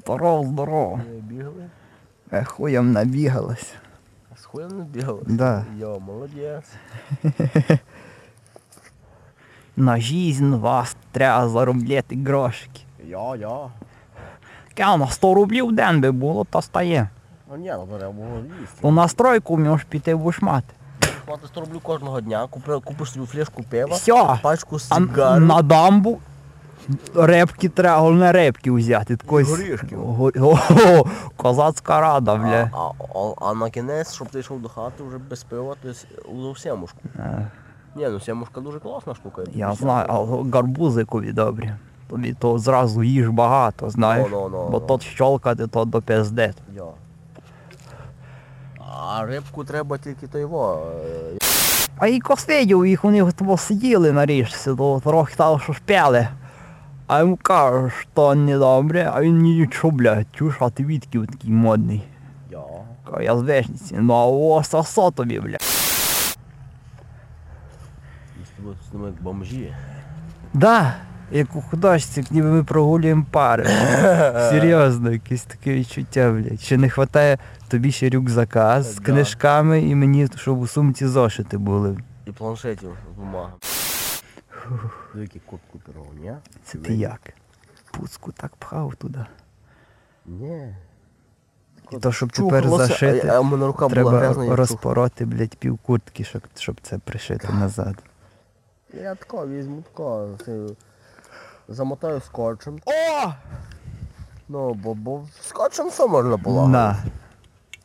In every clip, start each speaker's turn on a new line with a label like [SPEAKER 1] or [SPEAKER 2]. [SPEAKER 1] Здорово, здорово.
[SPEAKER 2] Не бігали?
[SPEAKER 1] Е, Хуєм набігалась.
[SPEAKER 2] А з хуєм не бігали?
[SPEAKER 1] Да.
[SPEAKER 2] Йо, молодець.
[SPEAKER 1] На жизнь вас треба заробляти грошики.
[SPEAKER 2] Йо, йо.
[SPEAKER 1] Ка на 100 рублів в день би було, то стає.
[SPEAKER 2] Ну ні, ну треба було їсти.
[SPEAKER 1] То на стройку можеш піти будеш мати.
[SPEAKER 2] Плати 100 рублів кожного дня, купи, купиш собі флешку пива,
[SPEAKER 1] Всьо.
[SPEAKER 2] пачку
[SPEAKER 1] А
[SPEAKER 2] сигар.
[SPEAKER 1] на дамбу репки треба, головне репки взяти. Такої...
[SPEAKER 2] горішки.
[SPEAKER 1] Го- го- Козацька рада, бля.
[SPEAKER 2] А, а, а на кінець, щоб ти йшов до хати вже без пива, ти с- лузав сімушку.
[SPEAKER 1] Е,
[SPEAKER 2] Ні, ну сімушка дуже класна штука.
[SPEAKER 1] Я знаю, але гарбузикові добрі. Тобі то зразу їж багато, знаєш.
[SPEAKER 2] Ну, ну, ну,
[SPEAKER 1] Бо
[SPEAKER 2] ну.
[SPEAKER 1] тот щолкати, то до пизди.
[SPEAKER 2] Йо. А рибку треба тільки то його. е,
[SPEAKER 1] А і косидів їх, вони того сиділи на річці, то трохи там що шпяли. А йому кажуть, що не добре, а він мені що, блядь, чуш, а ти відки такий модний.
[SPEAKER 2] Йо.
[SPEAKER 1] Кажу, я з вежниці, ну а о, сосо тобі, блядь.
[SPEAKER 2] Ми з тобою з ними як бомжі.
[SPEAKER 1] Да, як у художці, як ніби ми прогулюємо пари. Серйозно, якесь таке відчуття, блядь. Ще не вистачає тобі ще рюкзака з
[SPEAKER 2] Да.
[SPEAKER 1] книжками і мені, щоб у сумці зошити були.
[SPEAKER 2] І планшетів з бумагами. Який кот купірував, ні?
[SPEAKER 1] Це ти як? Пуцку так пхав туди.
[SPEAKER 2] Ні.
[SPEAKER 1] І то, щоб тепер
[SPEAKER 2] Чухалося,
[SPEAKER 1] зашити.
[SPEAKER 2] А, а в мене рука була
[SPEAKER 1] Треба
[SPEAKER 2] грязна, я чух.
[SPEAKER 1] розпороти, блядь, пів куртки, щоб, щоб це пришити назад.
[SPEAKER 2] Я тако візьму тако, це, замотаю скотчем.
[SPEAKER 1] О!
[SPEAKER 2] Ну, бо, бо скотчем все можна було.
[SPEAKER 1] На.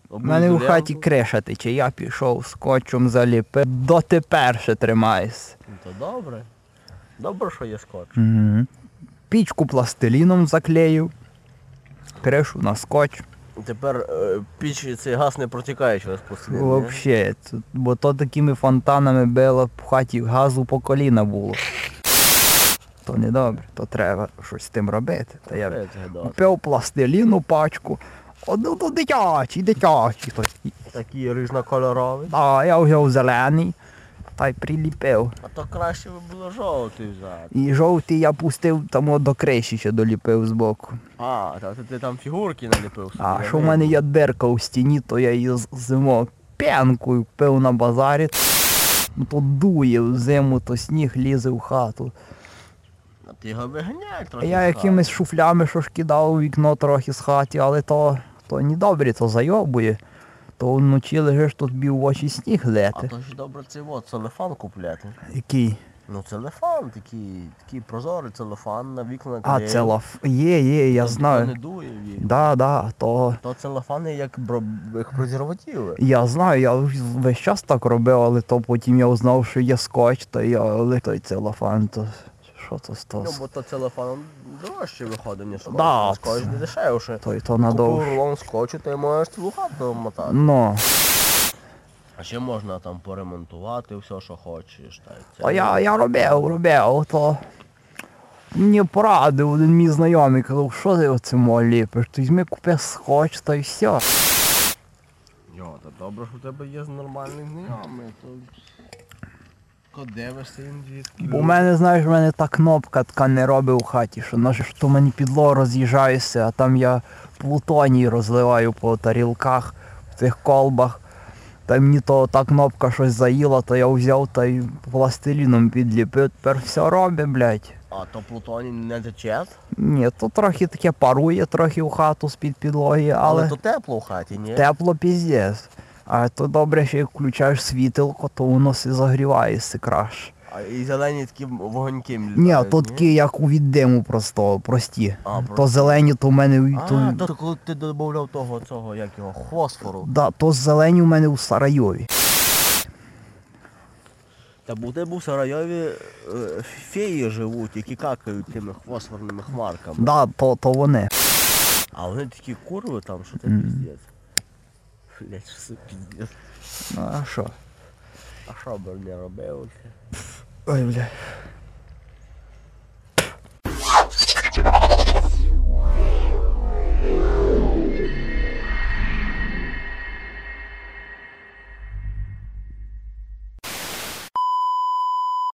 [SPEAKER 1] У мене в
[SPEAKER 2] Обмізуряв.
[SPEAKER 1] хаті криша тече, я пішов скотчем заліпив. Дотепер ще тримаюсь.
[SPEAKER 2] Ну, То добре. Добре, що є скотч.
[SPEAKER 1] Угу. Пічку пластиліном заклеїв. Кришу на скотч.
[SPEAKER 2] Тепер е, піч цей газ не протікає через пластилин. ні?
[SPEAKER 1] Вообще, тут- бо то такими фонтанами било в хаті газу по коліна було. То не добре, то треба щось з тим робити. Та я
[SPEAKER 2] Треба це гадати.
[SPEAKER 1] Купив пластиліну пачку. Одну то дитячий, дитячий. То, і-
[SPEAKER 2] Такий різнокольоровий.
[SPEAKER 1] а я взяв зелений та й приліпив.
[SPEAKER 2] А то краще би було жовтий взяти.
[SPEAKER 1] І жовтий я пустив там от до криші ще доліпив збоку.
[SPEAKER 2] А, та ти, ти там фігурки наліпив собі.
[SPEAKER 1] А
[SPEAKER 2] я
[SPEAKER 1] що в
[SPEAKER 2] не-
[SPEAKER 1] мене є дирка у стіні, то я її з- зимою п'янкою пив на базарі. Ну то дує в зиму, то сніг лізе в хату.
[SPEAKER 2] А Ну, ти його виганяй
[SPEAKER 1] А
[SPEAKER 2] трохи.
[SPEAKER 1] я
[SPEAKER 2] з
[SPEAKER 1] якимись шуфлями що ж кидав у вікно трохи з хаті, але то, то не добре, то зайобує. То вночі лежиш, тут бів в очі сніг
[SPEAKER 2] А
[SPEAKER 1] лети.
[SPEAKER 2] то ж добре цей от целефан купляти.
[SPEAKER 1] Який?
[SPEAKER 2] Ну целефан, такий, такий прозорий целефан на вікна
[SPEAKER 1] А,
[SPEAKER 2] наклеїв.
[SPEAKER 1] це лаф. Є, є, я
[SPEAKER 2] Тобто Не
[SPEAKER 1] знаю.
[SPEAKER 2] дує він.
[SPEAKER 1] Да, да, то
[SPEAKER 2] То целефани як, бро... як презервативи.
[SPEAKER 1] я знаю, я в- весь час так робив, але то потім я узнав, що є скотч, то я але той целофан, то що то
[SPEAKER 2] Ну,
[SPEAKER 1] стос.
[SPEAKER 2] бо то целефан дорожче виходить, ніж скотч.
[SPEAKER 1] Да,
[SPEAKER 2] а скотч
[SPEAKER 1] це-
[SPEAKER 2] не дешевше.
[SPEAKER 1] То й то
[SPEAKER 2] Купив
[SPEAKER 1] надовго.
[SPEAKER 2] рулон скотчу, ти можеш цілу хату мотати.
[SPEAKER 1] Ну,
[SPEAKER 2] А ще можна там поремонтувати все, що хочеш. Та, й це-
[SPEAKER 1] то я, я робив, робив, то мені порадив один мій знайомий, казав, що ти оцим ліпиш, то візьми купи скотч, та й все.
[SPEAKER 2] Йо, та добре, що в тебе є з нормальними знайомими, то... Ко дивишся їм звідки.
[SPEAKER 1] Бо в мене, знаєш, в мене та кнопка така не робить у хаті, що на що в мені підло роз'їжджаюся, а там я плутоній розливаю по тарілках, в цих колбах. Та мені то та кнопка щось заїла, то я взяв та й пластиліном підліпив. Тепер все робить, блядь.
[SPEAKER 2] А то плутоній не тече?
[SPEAKER 1] Ні, то трохи таке парує трохи у хату з-під підлоги, але,
[SPEAKER 2] Але то тепло в хаті, ні?
[SPEAKER 1] тепло піздець. А то добре, що як включаєш світилко, то воно все загрівається краще.
[SPEAKER 2] А і зелені такі вогоньки млітають,
[SPEAKER 1] Ні, то такі як у віддиму просто, прості.
[SPEAKER 2] А,
[SPEAKER 1] То
[SPEAKER 2] просто.
[SPEAKER 1] зелені, то в мене у-
[SPEAKER 2] А,
[SPEAKER 1] то,
[SPEAKER 2] то коли ти додавав того цього, як його, хосфору.
[SPEAKER 1] да, то зелені у мене у Сарайові.
[SPEAKER 2] Та бо ти був в Сарайові е, феї живуть, які какають тими хосфорними хмарками.
[SPEAKER 1] Да, то, то вони.
[SPEAKER 2] А вони такі курви там, що ти
[SPEAKER 1] Мгм.
[SPEAKER 2] піздець. Блять, що це піздець.
[SPEAKER 1] Ну, а що?
[SPEAKER 2] А що би не робив?
[SPEAKER 1] Ой, бля.